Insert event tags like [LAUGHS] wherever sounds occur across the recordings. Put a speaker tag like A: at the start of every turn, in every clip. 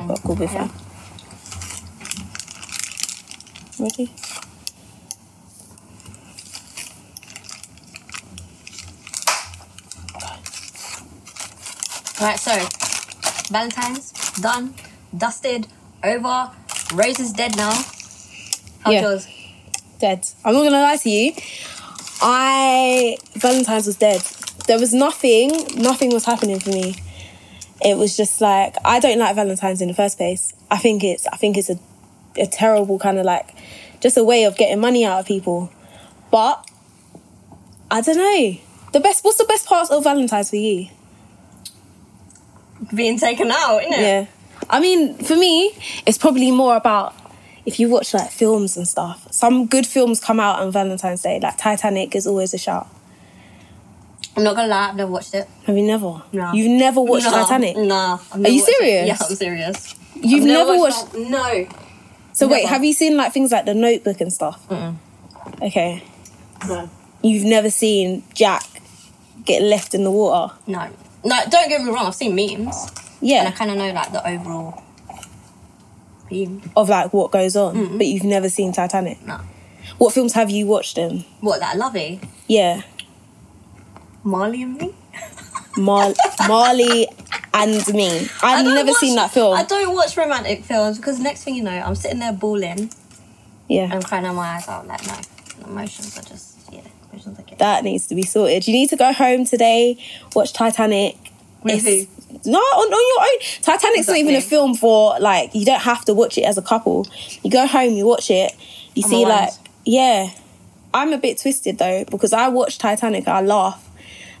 A: on Google Fam. Mickey?
B: Alright, so Valentine's done, dusted, over. Rose is dead now. How's
A: Yeah.
B: yours?
A: Dead. I'm not gonna lie to you. I Valentine's was dead. There was nothing, nothing was happening for me. It was just like I don't like Valentine's in the first place. I think it's I think it's a a terrible kind of like just a way of getting money out of people. But I don't know. The best what's the best part of Valentine's for you?
B: Being taken out, isn't it?
A: yeah. I mean, for me, it's probably more about if you watch like films and stuff. Some good films come out on Valentine's Day. Like Titanic is always a shout.
B: I'm not gonna lie, I've never watched it.
A: Have you never?
B: No.
A: You've never watched
B: Nah,
A: Titanic.
B: Nah. I've never
A: you
B: watched it.
A: serious?
B: Yeah, I'm serious.
A: You've
B: I've
A: never, watched.
B: that- No.
A: so wait,
B: never.
A: have you seen like things like The Notebook and stuff? Okay.
B: No.
A: You've never seen Jack get left in the water.
B: No. No, don't get me wrong, I've seen memes. And I
A: Yeah.
B: kinda know like the overall theme.
A: Of like what goes on, but you've never seen Titanic.
B: No.
A: What films have you watched in?
B: What that lovey?
A: Yeah.
B: Marley and me?
A: Mar- [LAUGHS] Marley and me. I've
B: don't
A: never
B: watch-
A: seen that film.
B: I don't watch romantic films because next thing you know, I'm sitting there bawling
A: Yeah.
B: and I'm crying my eyes out. Like, no, emotions are just, yeah, emotions are getting.
A: that needs to be sorted. You need to go home today, watch Titanic.
B: With
A: It's- No, on, on your own. Titanic's not even a
B: Exactly.
A: film for like you don't have to watch it as a couple. You go home, you watch it, you
B: I'm
A: see
B: aligned.
A: like yeah. I'm a bit twisted though because I watch Titanic, I laugh.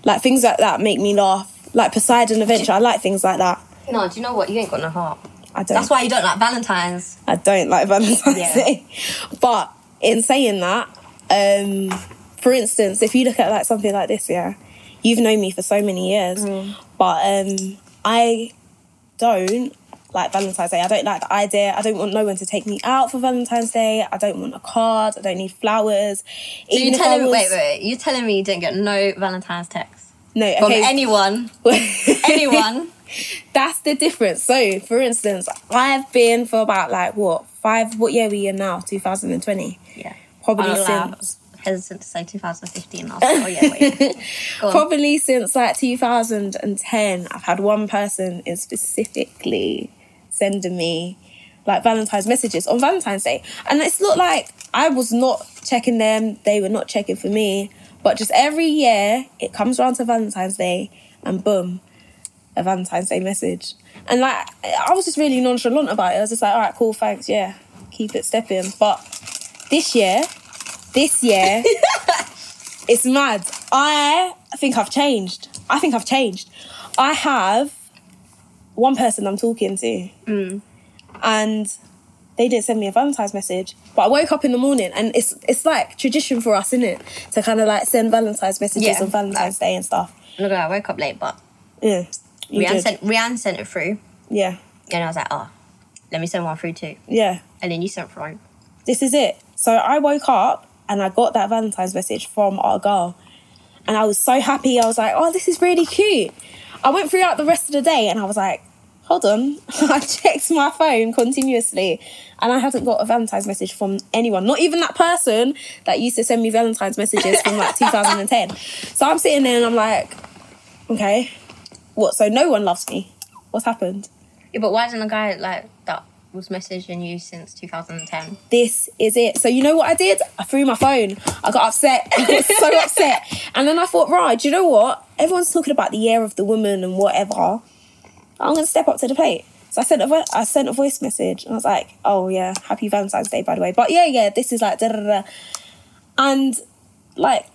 A: Like things like that make me laugh. Like Poseidon Adventure, I like things like that.
B: No, do you know what? You ain't got no heart.
A: I don't.
B: That's why you don't like Valentine's.
A: I don't like Valentine's
B: Yeah.
A: Day. [LAUGHS] But in saying that, um, for instance, if you look at like something like this, yeah, you've known me for so many years,
B: Mm.
A: but um, I don't like Valentine's Day. I don't like the idea. I don't want no one to take me out for Valentine's Day. I don't want a card. I don't need flowers.
B: So
A: Even
B: you
A: if I
B: telling me,
A: was-
B: wait, wait, you're telling me you didn't get no Valentine's text
A: No,
B: from
A: okay. [LAUGHS]
B: anyone, anyone.
A: That's the difference. So, for instance, I've been for about like what five? What year are we in now? Two thousand and twenty.
B: yeah,
A: Probably
B: I'll allow- I
A: since
B: was hesitant to say 2015. I was like, oh yeah,
A: [LAUGHS]
B: wait. Go on.
A: Probably since like 2010, I've had one person in specifically sending me like Valentine's messages on Valentine's Day. And it's not like I was not checking them, they were not checking for me. But just every year, it comes around to Valentine's Day and boom, a Valentine's Day message. And like, I was just really nonchalant about it. I was just like, all right, cool, thanks, yeah, keep it stepping. But this year, this year, it's mad. I think I've changed. I think I've changed. I have one person I'm talking to, and they didn't send me a Valentine's message. But I woke up in the morning, and it's it's like tradition for us, isn't it, to kind of like send Valentine's messages
B: Yeah,
A: on Valentine's Day and stuff.
B: Look, I woke up late, but
A: Yeah, you
B: Rianne
A: did.
B: sent, Rianne sent it through,
A: yeah,
B: and I was like, oh, let me send one through too.
A: yeah.
B: And then you sent through.
A: this is it. So I woke up and I got that Valentine's message from our girl. And I was so happy. I was like, oh, this is really cute. I went throughout the rest of the day and I was like, hold on. [LAUGHS] I checked my phone continuously and I hadn't got a Valentine's message from anyone, not even that person that used to send me Valentine's messages from like 2010. So I'm sitting there and I'm like, okay, what? So no one loves me. What's happened?
B: Yeah, but why isn't a guy like that was messaging you since 2010?
A: this is it. So you know what I did? I threw my phone. I got upset. [LAUGHS] I got so upset. And then I thought, right, do you know what? Everyone's talking about the year of the woman and whatever. I'm gonna step up to the plate. So I sent a vo- I sent a voice message and I was like, oh yeah, happy Valentine's Day by the way. But yeah, yeah, this is like da da da. And like,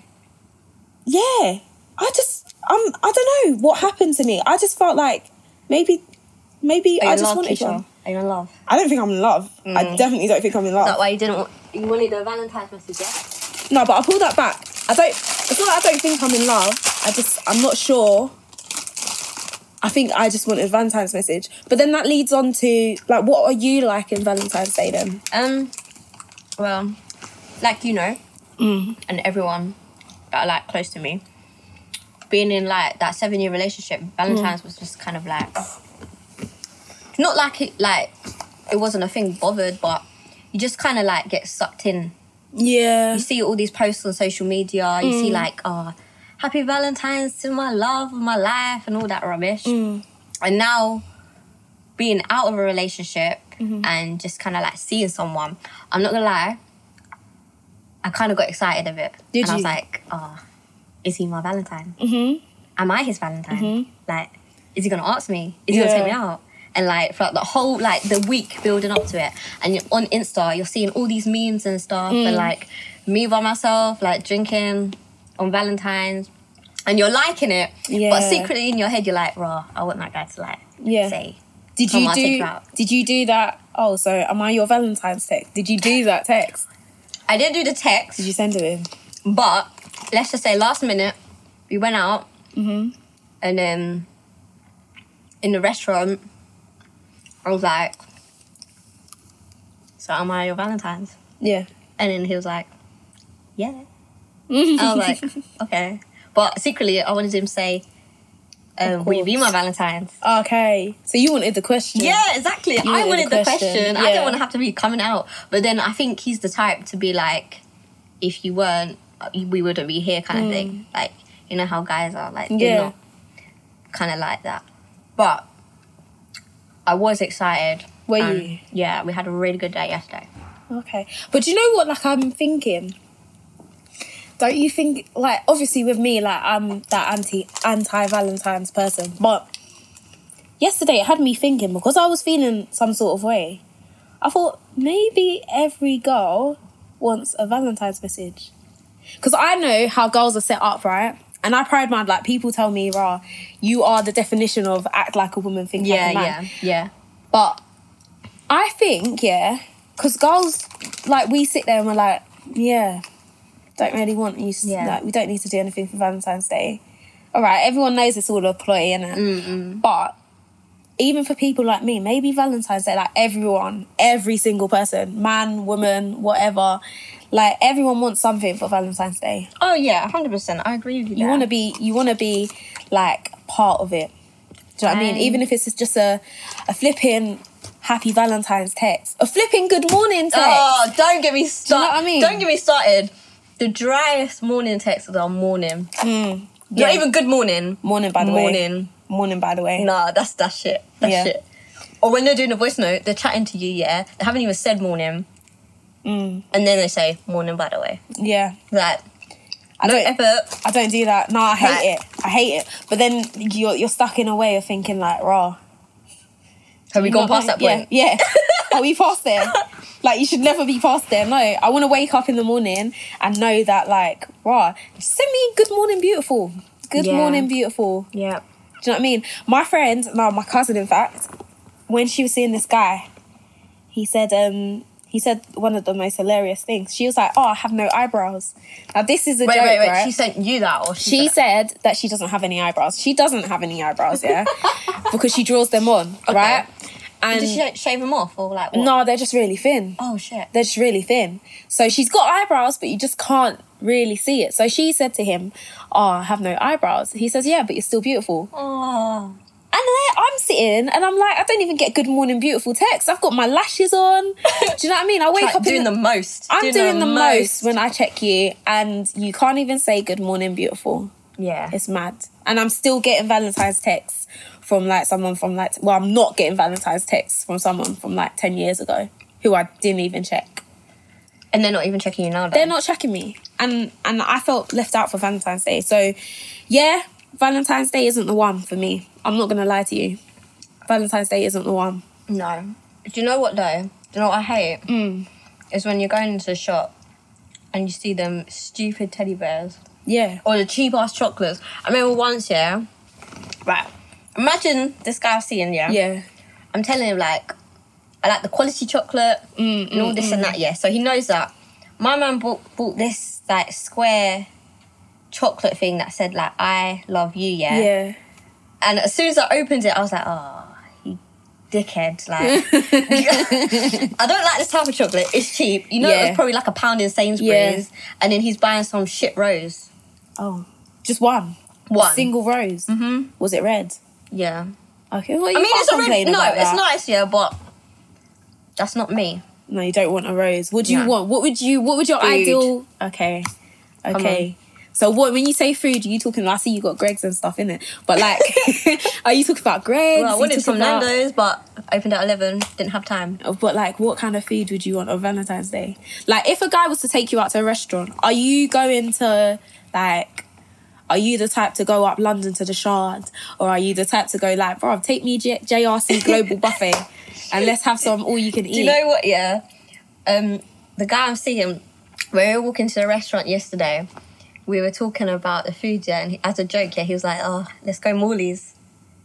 A: yeah, I just um I don't know what happened to me. I just felt like maybe maybe
B: Are you
A: I
B: in
A: just
B: love,
A: wanted
B: Keisha? Mm.
A: one.
B: Are you in love?
A: I don't think I'm in love. I definitely don't think I'm in love.
B: That why you didn't want. You wanted a Valentine's message, yeah?
A: No, but I pull that back. I don't. It's not. that I don't think I'm in love. I just. I'm not sure. I think I just wanted Valentine's message, but then that leads on to like, what are you like in Valentine's Day then?
B: Um, well, like you know, and everyone that are like close to me, Mm. being in like that seven year relationship, Valentine's was just kind of like not like it like it wasn't a thing bothered, but you just kind of like get sucked in.
A: Yeah.
B: You see all these posts on social media. You
A: Mm.
B: see like, oh, happy Valentine's to my love of my life and all that rubbish.
A: Mm.
B: And now being out of a relationship
A: Mm-hmm.
B: and just kind of like seeing someone, I'm not gonna lie, I kind of got excited a bit.
A: Did
B: and I was
A: you?
B: like, oh, is he my Valentine?
A: hmm
B: am I his Valentine? Like, is he gonna ask me? Is he gonna
A: Mm-hmm. Yeah.
B: take me out? And like throughout the whole like the week building up to it, and you're on Insta, you're seeing all these memes and stuff,
A: Mm.
B: and like me by myself, like drinking on Valentine's, and you're liking it,
A: Yeah.
B: but secretly in your head you're like, "Raw, I want that guy to like
A: Yeah.
B: say."
A: Did
B: Come
A: you
B: on, take
A: do?
B: her out.
A: Did you do that? Oh, so am I your Valentine's text? Did you do that text?
B: I didn't do the
A: Did
B: text,
A: you send it in?
B: but let's just say last minute we went out,
A: Mhm.
B: and then in the restaurant, I was like, "So am I your Valentine's?"
A: Yeah.
B: And then he was like, "Yeah."
A: Mm-hmm.
B: I was like, "Okay," but secretly I wanted him to say, um,
A: Of
B: "Will you be
A: course.
B: my Valentine's?"
A: okay. So you wanted the question.
B: Yeah, exactly. I
A: wanted
B: wanted
A: the
B: the
A: question.
B: question. I
A: Yeah.
B: didn't want to have to be coming out. But then I think he's the type to be like, if you weren't, uh, we wouldn't be here, kind of thing. Like, you know how guys are like,
A: Mm. Yeah.
B: they're not kind of like that. But I was excited.
A: Were
B: and,
A: you?
B: Yeah, we had a really good day yesterday.
A: Okay. But you know what? Like I'm thinking. Don't you think? Like obviously with me, like I'm that anti anti Valentine's person, but yesterday it had me thinking because I was feeling some sort of way. I thought maybe every girl wants a Valentine's message. Because I know how girls are set up, right? And I pride my like people tell me, "Rah, you are the definition of act like a woman, think
B: Yeah,
A: like a man."
B: yeah, yeah.
A: But I think, yeah, because girls, like, we sit there and we're like, yeah, don't really want you, to,
B: Yeah.
A: like, we don't need to do anything for Valentine's Day. All right, everyone knows it's all a ploy, innit? But even for people like me, maybe Valentine's Day, like, everyone, every single person, man, woman, whatever, like, everyone wants something for Valentine's Day.
B: Oh, yeah, 100%. I agree with you.
A: You
B: there.
A: want to be, you want to be, like, part of it. Do you know what I mean?
B: Um,
A: Even if it's just a, a flipping happy Valentine's text, a flipping good morning text.
B: Oh, don't get me started.
A: you know what I mean?
B: Don't get me started. The driest morning texts are morning.
A: Mm.
B: Not
A: Yeah.
B: even good morning.
A: Morning, by the way.
B: morning.
A: Morning, by the way.
B: Nah, that's that shit. That
A: Yeah.
B: shit. Or when they're doing a voice note, they're chatting to you, yeah. They haven't even said morning.
A: Mm.
B: And then they say, morning, by the way.
A: Yeah,
B: Like,
A: I
B: no
A: don't.
B: effort.
A: I don't do that. No, I hate
B: Right.
A: it. I hate it. But then you're you're stuck in a way of thinking like, raw.
B: Have we gone past that point?
A: Yeah. yeah.
B: [LAUGHS]
A: Are we past there? Like you should never be past there. No, I want to wake up in the morning and know that like, raw. Send me good morning, beautiful. Good
B: Yeah.
A: morning, beautiful.
B: Yeah.
A: Do you know what I mean? My friend, no, my cousin, in fact, when she was seeing this guy, he said, um, he said one of the most hilarious things. She was like, "Oh, I have no eyebrows." Now this is a
B: Wait,
A: joke,
B: wait, wait.
A: right?
B: She sent you that or she,
A: she
B: said
A: said that she doesn't have any eyebrows. She doesn't have any eyebrows,
B: [LAUGHS]
A: yeah, because she draws them on, right?
B: that?
A: And
B: Did she like, shave them off or like what?
A: no, they're just really thin
B: Oh, shit.
A: they're just really thin. So she's got eyebrows, but you just can't really see it. So she said to him, Oh, I have no eyebrows. He says, Yeah, but you're still beautiful.
B: Oh.
A: And there I'm sitting and I'm like, I don't even get good morning beautiful text. I've got my lashes [LAUGHS] on. Do you know what I mean? I wake
B: Like,
A: up
B: doing
A: in
B: the most.
A: I'm doing, the most when I check you and you can't even say good morning beautiful.
B: Yeah.
A: It's mad. And I'm still getting Valentine's texts from like someone from like well, I'm not getting Valentine's texts from someone from like ten years ago who I didn't even check.
B: And they're not even checking you now, though.
A: they're not checking me and and i felt left out for valentine's day so yeah valentine's day isn't the one for me i'm not gonna lie to you valentine's day isn't the one
B: No. Do you know what though? Do you know what I hate?
A: Mm.
B: Is when you're going into the shop and you see them stupid teddy bears
A: yeah
B: or the cheap ass chocolates. I remember once, yeah. Right. Imagine this guy I've seen, yeah.
A: yeah
B: I'm telling him like, I like the quality chocolate and all this and that, yeah. So he knows that. My man bought bought this like square chocolate thing that said like I love you, yeah.
A: yeah
B: And as soon as I opened it, I was like, oh, you
A: [LAUGHS]
B: dickhead. Like, [LAUGHS] I don't like this type of chocolate. It's cheap. You know, it
A: Yeah.
B: was probably like a pound in Sainsbury's. And then he's buying some shit rose.
A: oh just one
B: One.
A: single rose
B: Mhm.
A: was it red
B: Yeah.
A: Okay, well, you
B: I mean,
A: can't
B: it's already
A: complain
B: no,
A: about
B: it's
A: that.
B: nice, yeah, but that's not me.
A: No, you don't want a rose. What do you
B: No.
A: want? What would you? What would your
B: Food.
A: ideal? Okay, okay. So what? When you say food, are you talking? I see you got Greg's and stuff in it, but like, [LAUGHS] are you talking about Greg's?
B: Well, I
A: Are you
B: wanted
A: talking
B: some
A: about-
B: Nando's, but opened at eleven, didn't have time.
A: But like, what kind of food would you want on Valentine's Day? Like, if a guy was to take you out to a restaurant, are you going to like? Are you the type to go up London to the Shard, or are you the type to go like, bro, take me J-
B: [LAUGHS]
A: JRC Global Buffet, and let's have some all you can eat?
B: Do you know what? Yeah, um, the guy I'm seeing, when we were walking to the restaurant yesterday, we were talking about the food, yeah, and he, as a joke, yeah, he was like, "Oh, let's go Morley's,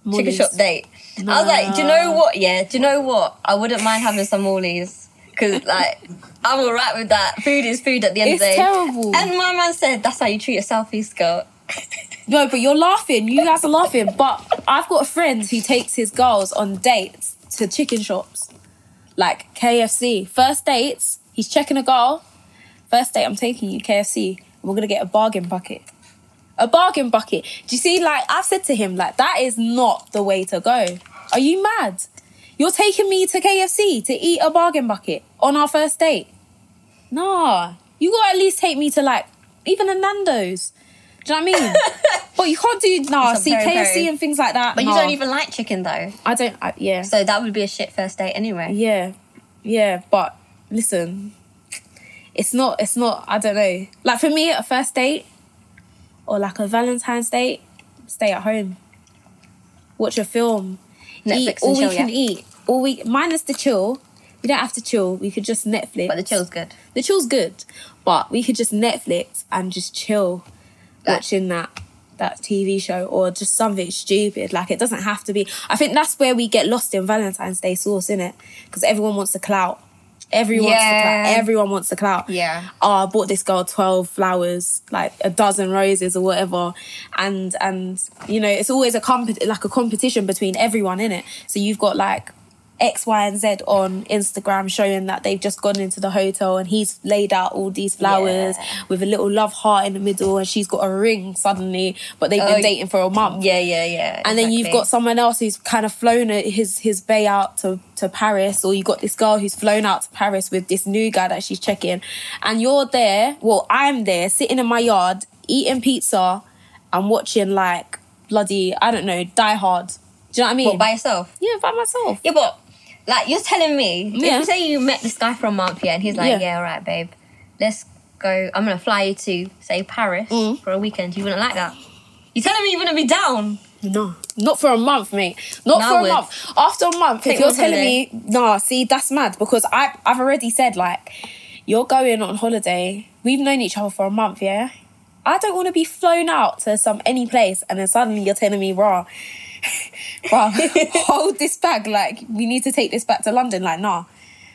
B: chicken
A: Morley's.
B: shop date." I was like, "Do you know what? Yeah, do you know what? I wouldn't mind having some Morley's because like." I'm all right with that. Food is food at the end
A: It's
B: of the day.
A: terrible.
B: And my man said, "That's how you treat a southeast girl."
A: No, but you're laughing. You guys are laughing. But I've got a friend who takes his girls on dates to chicken shops, like KFC. First dates, he's checking a girl. First date, I'm taking you KFC. We're gonna get a bargain bucket. A bargain bucket. Do you see? Like I've said to him, like that is not the way to go. Are you mad? You're taking me to KFC to eat a bargain bucket on our first date. Nah, you gotta at least take me to like even a Nando's. Do you know
B: [LAUGHS]
A: what I mean? but you can't do nah.
B: Some
A: See
B: peri-peri.
A: KFC and things like that.
B: But
A: nah.
B: you don't even like chicken though,
A: I don't. I, yeah.
B: so that would be a shit first date anyway.
A: Yeah, yeah, but listen, it's not, it's not, I don't know. Like for me, a first date or like a Valentine's date, stay at home, watch a film,
B: Netflix
A: eat
B: and
A: all
B: chill,
A: we can
B: yeah.
A: eat, all we, minus the chill. We don't have to chill, we could just Netflix.
B: But the chill's good.
A: the chill's good, but we could just Netflix and just chill
B: That-
A: watching that. That TV show or just something stupid. Like it doesn't have to be. I think that's where we get lost in Valentine's Day sauce, innit? Because everyone wants the clout. Everyone wants the
B: Yeah.
A: clout. Everyone wants the clout.
B: Yeah.
A: Oh, I bought this girl twelve flowers, like a dozen roses or whatever, and and you know it's always a comp- like a competition between everyone in it. So you've got like X, Y, and Z on Instagram showing that they've just gone into the hotel and he's laid out all these flowers
B: Yeah.
A: with a little love heart in the middle and she's got a ring suddenly, but they've
B: Oh,
A: been
B: y-
A: dating for a month.
B: Yeah, yeah, yeah.
A: And then you've
B: exactly.
A: got someone else who's kind of flown a- his his bay out to, to Paris, or you've got this girl who's flown out to Paris with this new guy that she's checking, and you're there. Well, I'm there, sitting in my yard, eating pizza, and watching like bloody I don't know Die Hard. Do you know what I mean?
B: What, by yourself.
A: yeah, by myself.
B: Yeah, but like you're telling me,
A: Yeah.
B: if you say you met this guy for a month, yeah, and he's like,
A: Yeah.
B: yeah, all right, babe, let's go. I'm gonna fly you to say Paris
A: Mm.
B: for a weekend. You wouldn't like that. You're telling me you wouldn't be down.
A: No, not for a month, mate. Not
B: No,
A: for a
B: with-
A: month. After a month, if
B: Take
A: you're
B: one
A: telling
B: holiday.
A: me, nah, see, that's mad because I, I've already said, like, you're going on holiday. We've known each other for a month, yeah? I don't want to be flown out to some any place and then suddenly you're telling me, [LAUGHS] raw, raw, hold this bag. Like, we need to take this back to London. Like, nah.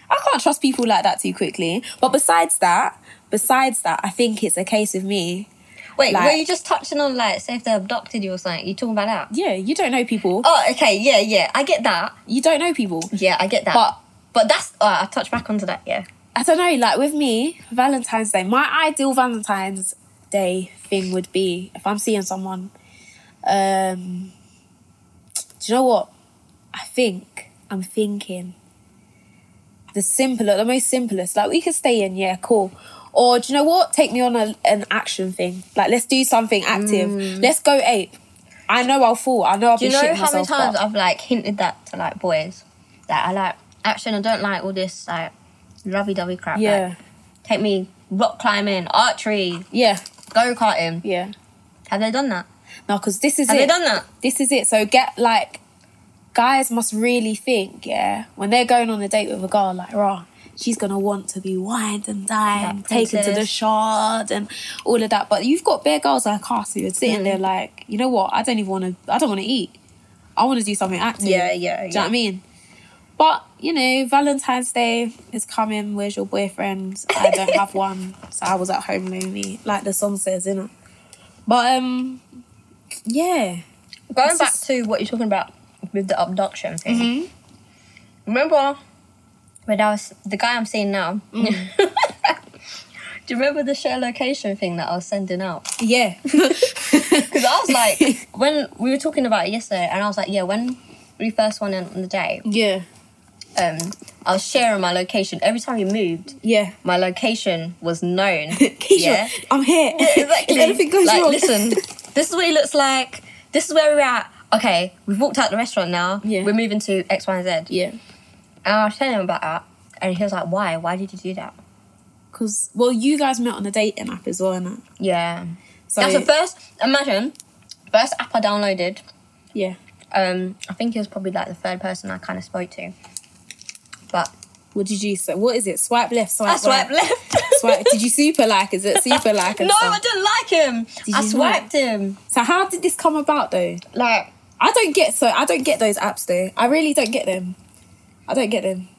A: I can't trust people like that too quickly. But besides that, besides that, I think it's a case of me.
B: Wait,
A: Like-
B: were you just touching on like, say if they abducted you or something? You talking about that?
A: Yeah, you don't know people.
B: Oh, okay, yeah, yeah, I get that.
A: You don't know people.
B: Yeah, I get that.
A: But
B: but that's uh, I touched back onto that. Yeah,
A: I don't know, like with me, Valentine's Day, my ideal Valentine's Day thing would be if I'm seeing someone, um, do you know what? I think, I'm thinking the simpler, the most simplest, like we could stay in, yeah, cool. Or do you know what? Take me on a, an action thing. Like let's do something active. Let's go ape. I know I'll fall. I know I'll
B: Mm. do
A: be
B: you know
A: shitting
B: how many
A: myself. but-
B: times I've like hinted that to like boys that I like actually I don't like all this like lovey-dovey crap. like,
A: yeah,
B: take me rock climbing, archery,
A: yeah,
B: go karting.
A: yeah.
B: Have they done that?
A: No, because this is
B: Have
A: it.
B: they done that?
A: this is it. So get like, guys must really think, yeah, when they're going on a date with a girl, like, rah, she's gonna want to be wined and dined,
B: That
A: taken to the
B: princess.
A: shard and all of that. But you've got bare girls like us who are sitting there
B: Mm.
A: like, you know what? I don't even want to. I don't want to eat. I want to do something active.
B: Yeah, yeah,
A: Do you know
B: yeah.
A: what I mean? But you know, Valentine's Day is coming. Where's your boyfriend? I don't
B: [LAUGHS]
A: have one, so I was at home lonely, like the song says, innit? But um, yeah.
B: Going
A: It's
B: back
A: just-
B: to what you're talking about with the abduction thing.
A: Mm-hmm.
B: Remember when I was the guy I'm seeing now?
A: Mm-hmm.
B: [LAUGHS] Do you remember the share location thing that I was sending out?
A: Yeah.
B: Because I was like, when we were talking about it yesterday, and I was like, yeah, when probably first one in on the day.
A: [LAUGHS] Yeah.
B: Um, I was sharing my location every time we moved.
A: Yeah.
B: My location
A: [LAUGHS]
B: was known.
A: Keisha, I'm [LAUGHS] here.
B: Yeah, exactly.
A: if anything goes
B: like,
A: wrong.
B: listen,
A: [LAUGHS]
B: this is what he looks like. This is where we're at. Okay, we've walked out the restaurant now.
A: Yeah.
B: We're moving to X, Y, and Z.
A: Yeah.
B: And I was telling him about that. And he was like, why? Why did you do that?
A: Because, well, you guys met on a dating app as well, innit?
B: Yeah.
A: So,
B: That's the first, imagine, first app I downloaded.
A: yeah.
B: Um, I think he was probably like the third person I kind of spoke to. But
A: What did you say? What is it? Swipe left, swipe
B: I swiped
A: right.
B: left.
A: Swipe. Did you super like? Is it [LAUGHS] super
B: [LAUGHS]
A: like?
B: no,
A: and
B: I
A: stuff?
B: didn't like him.
A: Did
B: I
A: you not?
B: swiped him.
A: So how did this come about though?
B: Like,
A: I don't get so I don't get those apps though. I really don't get them. I don't get them.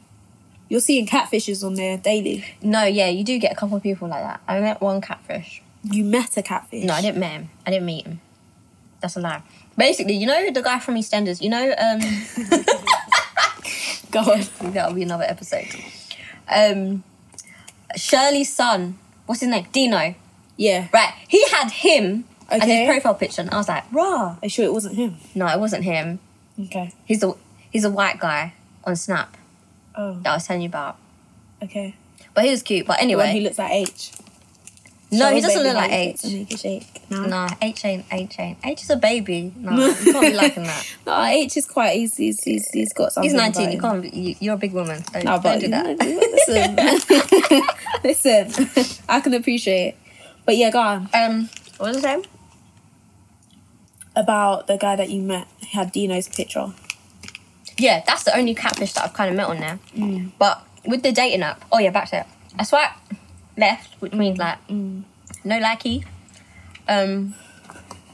A: You're seeing catfishes on there daily.
B: no, yeah, you do get a couple of people like that. I met one catfish.
A: You met a catfish.
B: No, I didn't meet him. I didn't meet him. That's a lie. Basically, you know the guy from EastEnders. You know, um, [LAUGHS]
A: Go on.
B: that'll be another episode. Um, Shirley's son. What's his name? Dino.
A: [LAUGHS] Yeah.
B: Right. He had him as
A: Okay.
B: his profile picture, and I was like, raw.
A: Are you sure it wasn't him?
B: No, it wasn't him.
A: Okay.
B: He's a he's a white guy on Snap
A: Oh.
B: that I was telling you about.
A: Okay.
B: But he was cute. But
A: The one who
B: anyway,
A: looks like H.
B: no, he
A: Show
B: doesn't
A: baby
B: look
A: how
B: like
A: he looks
B: H.
A: and make a shake. No.
B: No, H ain't H ain't H is a baby. No, you can't be liking that.
A: No, H is quite. He's he's he's, he's got something.
B: He's nineteen.
A: about
B: You
A: him.
B: can't. Be, you, you're a big woman. Don't,
A: No,
B: don't
A: but
B: do
A: you know,
B: that.
A: listen, [LAUGHS]
B: [LAUGHS]
A: listen. I can appreciate. But yeah, go on.
B: Um, what was his name?
A: About the guy that you met, he had Dino's picture.
B: Yeah, that's the only catfish that I've kind of met on there. But with the dating app, oh yeah, back to it. I swipe left, which means like no likey. Um,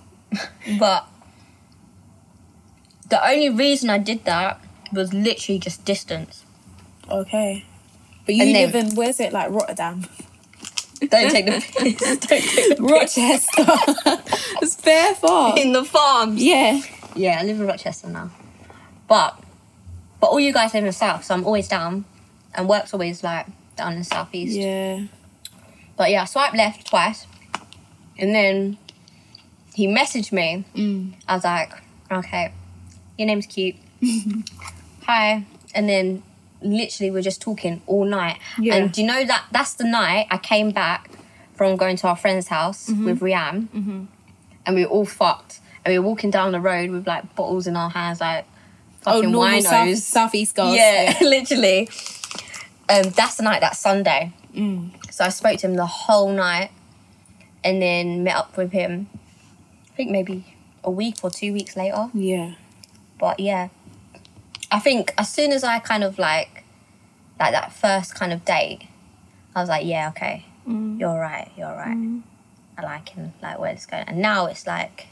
B: [LAUGHS] but the only reason I did that was literally just distance.
A: Okay. But you
B: And
A: live
B: then-
A: in where's it like
B: [LAUGHS]
A: Rotterdam,
B: Don't take the piss. Don't take the
A: [LAUGHS] Rochester? it's fair
B: [LAUGHS]
A: far.
B: in the farms.
A: Yeah.
B: Yeah, I live in Rochester now. But but all you guys live in the south, so I'm always down, and work's always like down in the southeast.
A: Yeah.
B: But yeah, I swiped left twice. And then he messaged me.
A: Mm.
B: I was like, okay, your
A: [LAUGHS]
B: name's cute. Hi. And then literally we're just talking all night.
A: Yeah.
B: And do you know that that's the night I came back from going to our friend's house
A: Mm-hmm.
B: with Riam. And we were all fucked. And we were walking down the road with like bottles in our hands, like
A: Oh,
B: fucking
A: normal
B: winos.
A: south, southeast girls. [LAUGHS]
B: [LAUGHS] Yeah, literally. Um, that's the night, that Sunday.
A: Mm.
B: So I spoke to him the whole night and then met up with him, I think maybe a week or two weeks later.
A: Yeah.
B: But yeah, I think as soon as I kind of like, like that first kind of date, I was like, yeah, okay, you're right, you're right. I like him, like where it's going. And now it's like,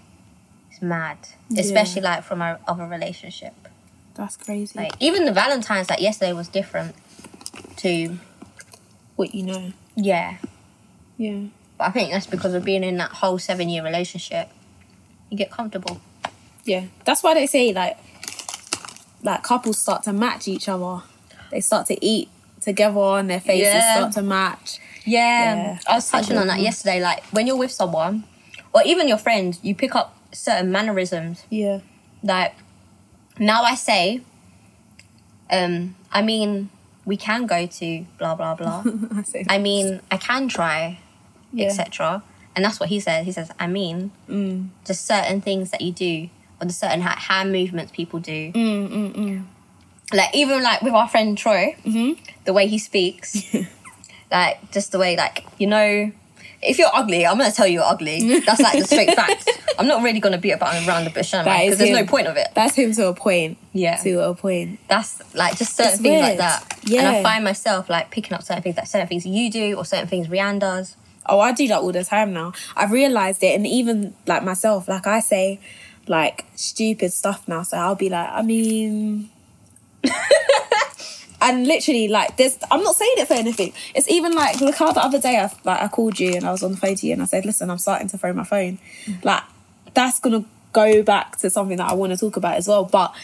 B: it's mad,
A: Yeah.
B: especially like from our other relationship.
A: That's crazy.
B: Like even the Valentine's like yesterday was different to
A: what you know.
B: yeah.
A: Yeah.
B: But I think that's because of being in that whole seven year relationship. You get comfortable.
A: Yeah. That's why they say like like couples start to match each other. They start to eat together and their faces
B: Yeah.
A: start to match.
B: Yeah.
A: Yeah.
B: I was touching on that yesterday, like when you're with someone or even your friend, you pick up certain mannerisms.
A: Yeah. [LAUGHS]
B: Like now I say, um, I mean we can go to blah blah [LAUGHS] blah.
A: I say
B: I mean I can try, etc. And that's what he said. He says, I mean
A: Mm.
B: the certain things that you do or the certain ha- hand movements people do.
A: Mm, mm, mm.
B: Like even like with our friend Troy,
A: Mhm.
B: the way he speaks,
A: [LAUGHS]
B: like just the way like you know, if you're ugly, I'm gonna tell you you're ugly. That's like the
A: [LAUGHS]
B: straight fact. I'm not really gonna beat about and around the bush,
A: That
B: because
A: is
B: there's no
A: him.
B: point of it.
A: That's him to a point.
B: Yeah,
A: To a point.
B: that's like just certain
A: It's
B: things like
A: weird.
B: that. and I
A: Yeah.
B: find myself like picking up certain things, like certain things you do or certain things Rihanna does.
A: Oh, I do that all the time now. I've realized it, and even like myself, like I say, like stupid stuff now. So I'll be like, I mean, and literally, like, there's. I'm not saying it for anything. It's even like look how the other day I like I called you and I was on the phone to you and I said, listen, I'm starting to throw my phone.
B: Mm.
A: Like that's gonna go back to something that I want to talk about as well, but.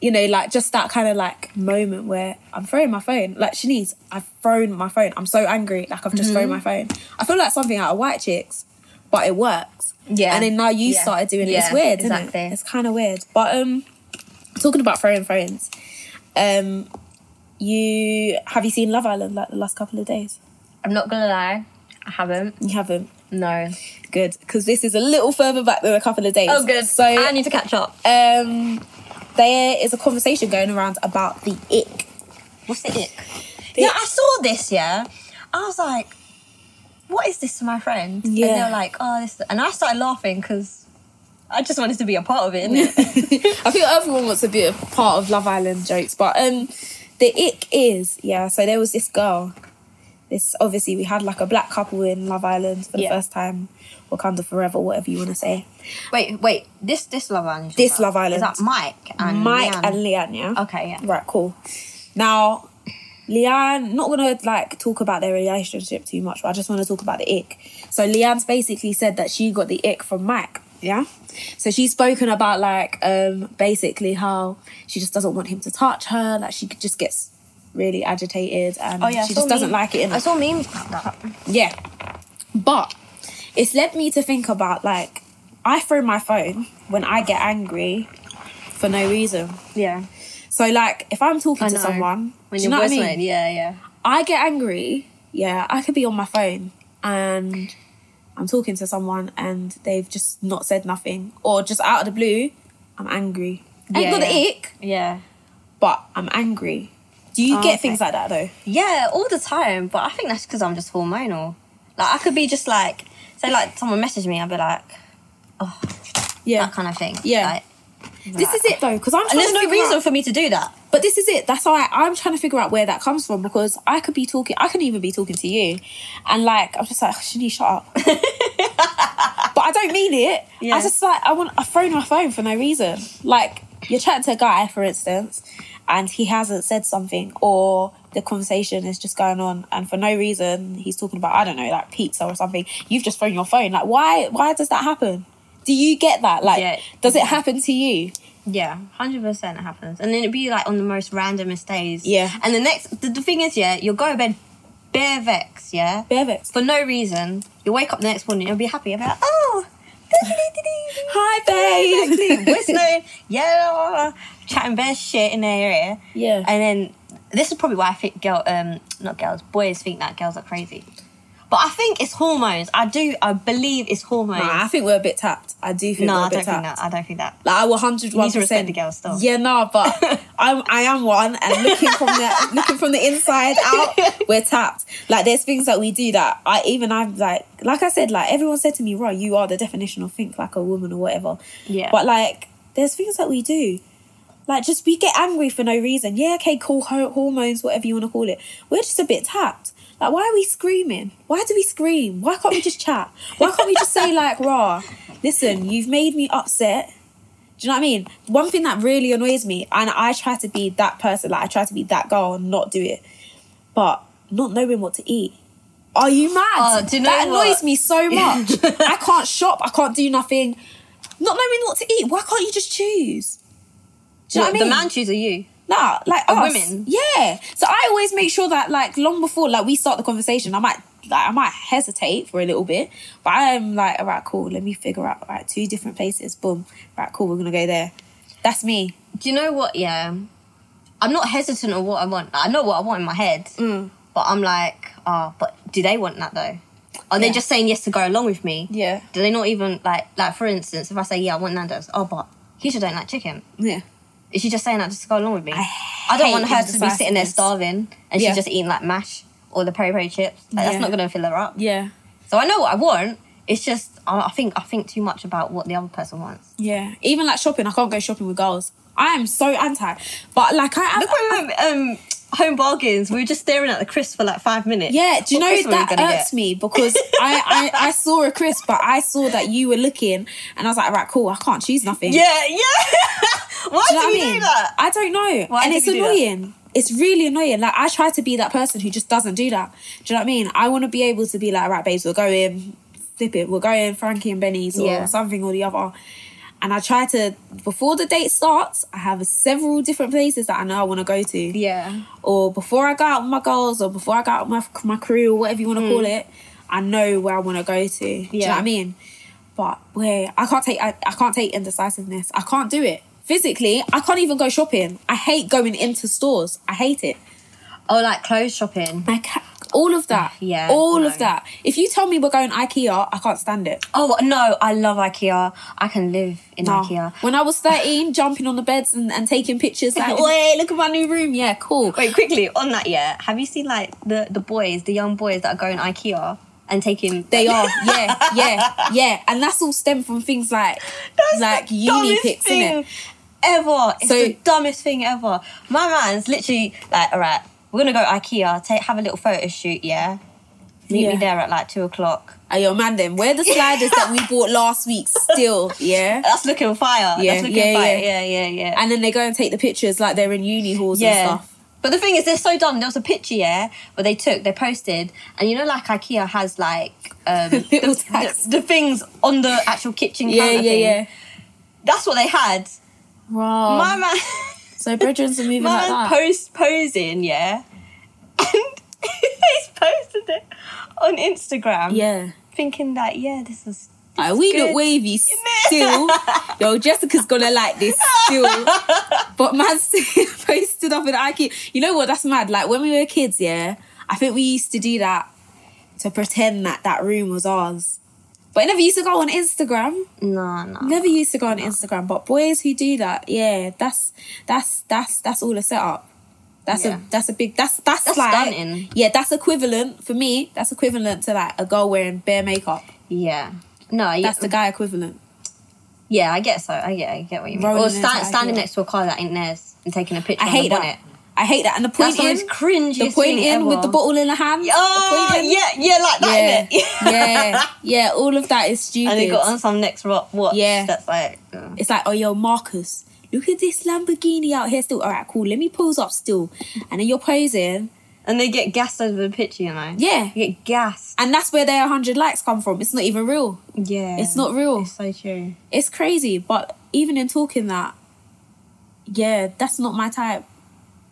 A: You know, like just that kind of like moment where I'm throwing my phone. Like Shanice, I've thrown my phone. I'm so angry. Like I've just
B: Mm-hmm.
A: thrown my phone. I feel like something out of White Chicks, but it works.
B: Yeah.
A: And then now you
B: Yeah.
A: started doing it. It's
B: Yeah,
A: weird, isn't
B: exactly.
A: it? It's kind of weird. But um, talking about throwing phones, um, you have you seen Love Island like the last couple of days?
B: I'm not gonna lie, I haven't.
A: You haven't.
B: No.
A: Good, because this is a little further back than a couple of days.
B: Oh, good.
A: So
B: I need to catch up.
A: um, there is a conversation going around about the ick.
B: What's the ick? yeah, I saw this. Yeah, I was like, "What is this to my friend?"
A: Yeah.
B: And they were like, "Oh, this," and I started laughing because I just wanted to be a part of
A: [LAUGHS]
B: it. innit?
A: I think everyone wants to be a part of Love Island jokes, but um, the ick is yeah. So there was this girl. This obviously we had like a black couple in Love Island for the
B: Yeah.
A: first time, Wakanda Forever, whatever you want to say.
B: wait, wait. This this Love Island.
A: This
B: you're talking
A: Love
B: about?
A: Island.
B: Is that Mike and
A: Mike
B: Leanne?
A: and Leanne, yeah.
B: Okay, yeah.
A: Right, cool. Now, Leanne, not gonna like talk about their relationship too much, but I just want to talk about the ick. So Leanne's basically said that she got the ick from Mike. Yeah. So she's spoken about like um basically how she just doesn't want him to touch her, like she just gets really agitated and
B: Oh yeah. I
A: she
B: saw
A: just doesn't
B: meme-
A: like it in
B: I saw memes about that.
A: yeah. But it's led me to think about like I throw my phone when I get angry for no reason.
B: Yeah.
A: So like if I'm talking
B: I
A: to
B: know.
A: someone,
B: When
A: do you
B: you're
A: know what I
B: whistling,
A: mean?
B: yeah, yeah.
A: I get angry. Yeah, I could be on my phone and I'm talking to someone and they've just not said nothing or just out of the blue, I'm angry. I ain't
B: Yeah,
A: got
B: yeah.
A: the ick,
B: Yeah.
A: but I'm angry. Do you
B: Oh,
A: get
B: okay.
A: things like that though?
B: Yeah, all the time. But I think that's because I'm just hormonal. Like I could be just like, say, like someone messaged me, I'd be like, oh,
A: Yeah.
B: that kind of thing.
A: Yeah.
B: Like,
A: This is it though, because I'm
B: And
A: trying
B: there's
A: to
B: no
A: figure
B: reason
A: out-
B: for me to do that.
A: But this is it. That's why I'm trying to figure out where that comes from because I could be talking, I could even be talking to you, and like I'm just like, Shani, shut up. [LAUGHS] but I don't mean it.
B: Yeah.
A: I just like I want. I thrown my phone for no reason. Like you're chatting to a guy, for instance, and he hasn't said something, or the conversation is just going on, and for no reason he's talking about I don't know, like pizza or something. You've just thrown your phone. Like why? Why does that happen? Do you get that? Like,
B: Yeah.
A: does it happen to you?
B: Yeah, hundred percent it happens, and then it'd be like on the most randomest days.
A: Yeah.
B: and the next the, the thing is, yeah, you'll go to bed bare vex, yeah,
A: Bevex.
B: for no reason. You wake up the next morning, you'll be happy about oh, diddly-diddly,
A: Hi, babe.
B: exactly, [LAUGHS] whistling, yeah, chatting bare shit in their ear,
A: Yeah.
B: and then this is probably why I think girl, um, not girls, boys think that girls are crazy, but I think it's hormones. I do, I believe it's hormones.
A: Nah, I think we're a bit tapped. I do think
B: no,
A: we're a
B: I
A: bit
B: don't think
A: tapped.
B: that. I don't think that.
A: Like I will hundred one
B: need to respect
A: percent
B: the girls still.
A: Yeah, no,
B: [LAUGHS]
A: but I'm I am one, and looking from the looking from the inside
B: [LAUGHS]
A: out, we're tapped. Like there's things that we do that I even I'm like like I said like everyone said to me, right, you are the definition of think like a woman or whatever.
B: Yeah.
A: But like there's things that we do. Like just we get angry for no reason. Yeah, okay, cool ho- hormones, whatever you want to call it. We're just a bit tapped. Like why are we screaming? Why do we scream? Why can't we just chat? Why can't we just say like, raw? Listen, you've made me upset. Do you know what I mean? One thing that really annoys me, and I try to be that person, like I try to be that girl and not do it, but not knowing what to eat. Are you mad?
B: Oh, do you know
A: that annoys
B: what?
A: me
B: [LAUGHS]
A: so much. I can't shop. I can't do nothing. Not knowing what to eat. Why can't you just choose? Do you know what I mean?
B: The man choose are you.
A: Nah, like
B: Of
A: us.
B: women?
A: Yeah. So I always make sure that like long before like we start the conversation, I might like I might hesitate for a little bit, but I am like, all right, cool. Let me figure out right two different places. Boom. Right, cool. We're gonna go there. That's me.
B: do you know what? Yeah, I'm not hesitant on what I want. I know what I want in my head,
A: Mm.
B: but I'm like, oh, but do they want that though? Are they
A: Yeah.
B: just saying yes to go along with me?
A: Yeah.
B: Do they not even like like for instance, if I say yeah, I want Nando's. Oh, but he should don't like chicken.
A: Yeah.
B: Is she just saying that just to go along with me? I,
A: hate
B: don't want her to be sitting there
A: indecisiveness.
B: starving and
A: Yeah.
B: she's just eating like mash or the peri peri chips. Like,
A: Yeah.
B: That's not gonna fill her up.
A: Yeah.
B: So I know what I want. It's just I, I think I think too much about what the other person wants.
A: Yeah. Even like shopping, I can't go shopping with girls. I am so anti. But like I am
B: Look when we went, um, home bargains, we were just staring at the crisps for like five minutes.
A: Yeah, do you
B: What
A: know
B: crisp were we
A: that
B: gonna
A: irks
B: get?
A: me because I, I I saw a crisp, but I saw that you were looking, and I was like, right, cool, I can't choose nothing.
B: Yeah, yeah. [LAUGHS] Why do,
A: Do you know what
B: we
A: I mean?
B: do that?
A: I don't know.
B: Why
A: and
B: do
A: it's
B: we do that?
A: annoying. It's really annoying. Like I try to be that person who just doesn't do that. Do you know what I mean? I want to be able to be like, right, babes, we're going, flip it, we're going Frankie and Benny's or
B: Yeah.
A: something or the other. And I try to before the date starts, I have several different places that I know I want to go to.
B: Yeah.
A: Or before I go out with my girls or before I go out with my, my crew or whatever you want to call it, I know where I want to go to. Do you know
B: Hmm. Yeah.
A: what I mean? But where I can't take I, I can't take indecisiveness. I can't do it. physically, I can't even go shopping. I hate going into stores. I hate it.
B: Oh, like clothes shopping.
A: I ca- all of that.
B: [SIGHS] Yeah,
A: All
B: no.
A: of that. If you tell me we're going IKEA, I can't stand it.
B: Oh no, I love IKEA. I can live in
A: No.
B: IKEA.
A: When I was 13, jumping on the beds and, and taking pictures, like,
B: [LAUGHS]
A: wait, look at my new room. Yeah, cool.
B: Wait, quickly on that. Yeah, have you seen like the the boys, the young boys that are going IKEA and taking?
A: They are,
B: [LAUGHS]
A: yeah, yeah, yeah. And that's all stemmed from things like
B: That's
A: like
B: the
A: uni
B: dumbest
A: pics,
B: thing
A: innit?
B: Ever. It's
A: So-
B: the dumbest thing ever. My man's literally like, all right, we're gonna go IKEA, take have a little photo shoot. Yeah, meet me
A: Yeah.
B: there at like two o'clock.
A: Are your man then? Where the sliders that we bought last week still, yeah?
B: That's looking fire.
A: Yeah,
B: That's looking
A: yeah,
B: fire.
A: yeah.
B: Yeah, yeah, yeah.
A: And then they go and take the pictures like they're in uni halls and stuff.
B: But the thing is, they're so dumb. There was a picture, yeah, where they took, they posted, and you know, like IKEA has like
A: [LAUGHS]
B: um, the,
A: Little
B: the,
A: tags.
B: the things on the actual kitchen
A: Yeah,
B: counter
A: yeah,
B: thing.
A: yeah. Oh.
B: That's what they had.
A: Wow.
B: My man, [LAUGHS]
A: so brethren's are moving
B: my
A: like
B: man
A: that.
B: post posing, yeah, and [LAUGHS] he's posted it on Instagram,
A: yeah.
B: thinking that yeah, this is
A: Like, we
B: good.
A: look
B: [LAUGHS]
A: wavy still. Yo, Jessica's gonna like this
B: [LAUGHS]
A: still. But man [LAUGHS] still posted up in IKEA. You know what? That's mad. Like when we were kids, yeah, I think we used to do that to pretend that that room was ours. But I never used to go on Instagram.
B: no, no.
A: Never used to go on Instagram. But boys who do that, yeah, that's that's that's that's all a setup. That's
B: Yeah.
A: a that's a big that's that's,
B: That's
A: like
B: stunning.
A: yeah that's equivalent for me. That's equivalent to like a girl wearing bare makeup.
B: yeah, no, yeah,
A: That's the guy equivalent.
B: yeah. I get so. I get, I get what you mean.
A: Rolling
B: Or
A: into
B: stand, standing
A: IKEA.
B: next to a car that ain't theirs and taking a picture.
A: I hate
B: on the
A: that.
B: bonnet.
A: I hate that. And the point
B: That's the
A: in,
B: most cringiest
A: the point
B: thing
A: in
B: ever.
A: with the bottle in the hand.
B: Oh,
A: the point in.
B: yeah, yeah,
A: yeah,
B: like [LAUGHS] that, innit?
A: yeah, yeah. All of that is stupid.
B: and they got on some next rock watch
A: Yeah.
B: that's like, uh,
A: It's like, oh yo, Marcus, look at this Lamborghini out here still. All right, cool. Let me pose up still, and then you're posing.
B: and they get gassed over the picture, you know?
A: Yeah,
B: You get gassed.
A: and that's where their hundred likes come from. It's not even real.
B: Yeah.
A: It's not real.
B: It's so true.
A: It's crazy. But even in talking that, yeah, that's not my type.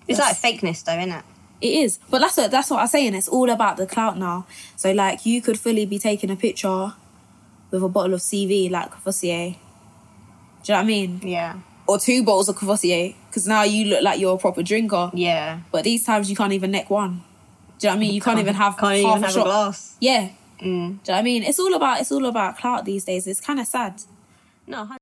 B: It's
A: That's-
B: like fakeness, though, isn't it?
A: It is, but that's what that's what I'm saying. It's all about the clout now. So like, you could fully be taking a picture with a bottle of CV, like Cavassier. Do you know what I mean?
B: Yeah.
A: Or two bottles of Cavassier, because now you look like you're a proper drinker.
B: Yeah.
A: But these times you can't even neck one. Do you know what I mean? You can't, even have
B: Can't
A: half
B: even
A: a
B: have a
A: shot.
B: glass.
A: yeah. Do you
B: Mm.
A: know what I mean? It's all about it's all about clout these days. It's kind of sad.
B: No,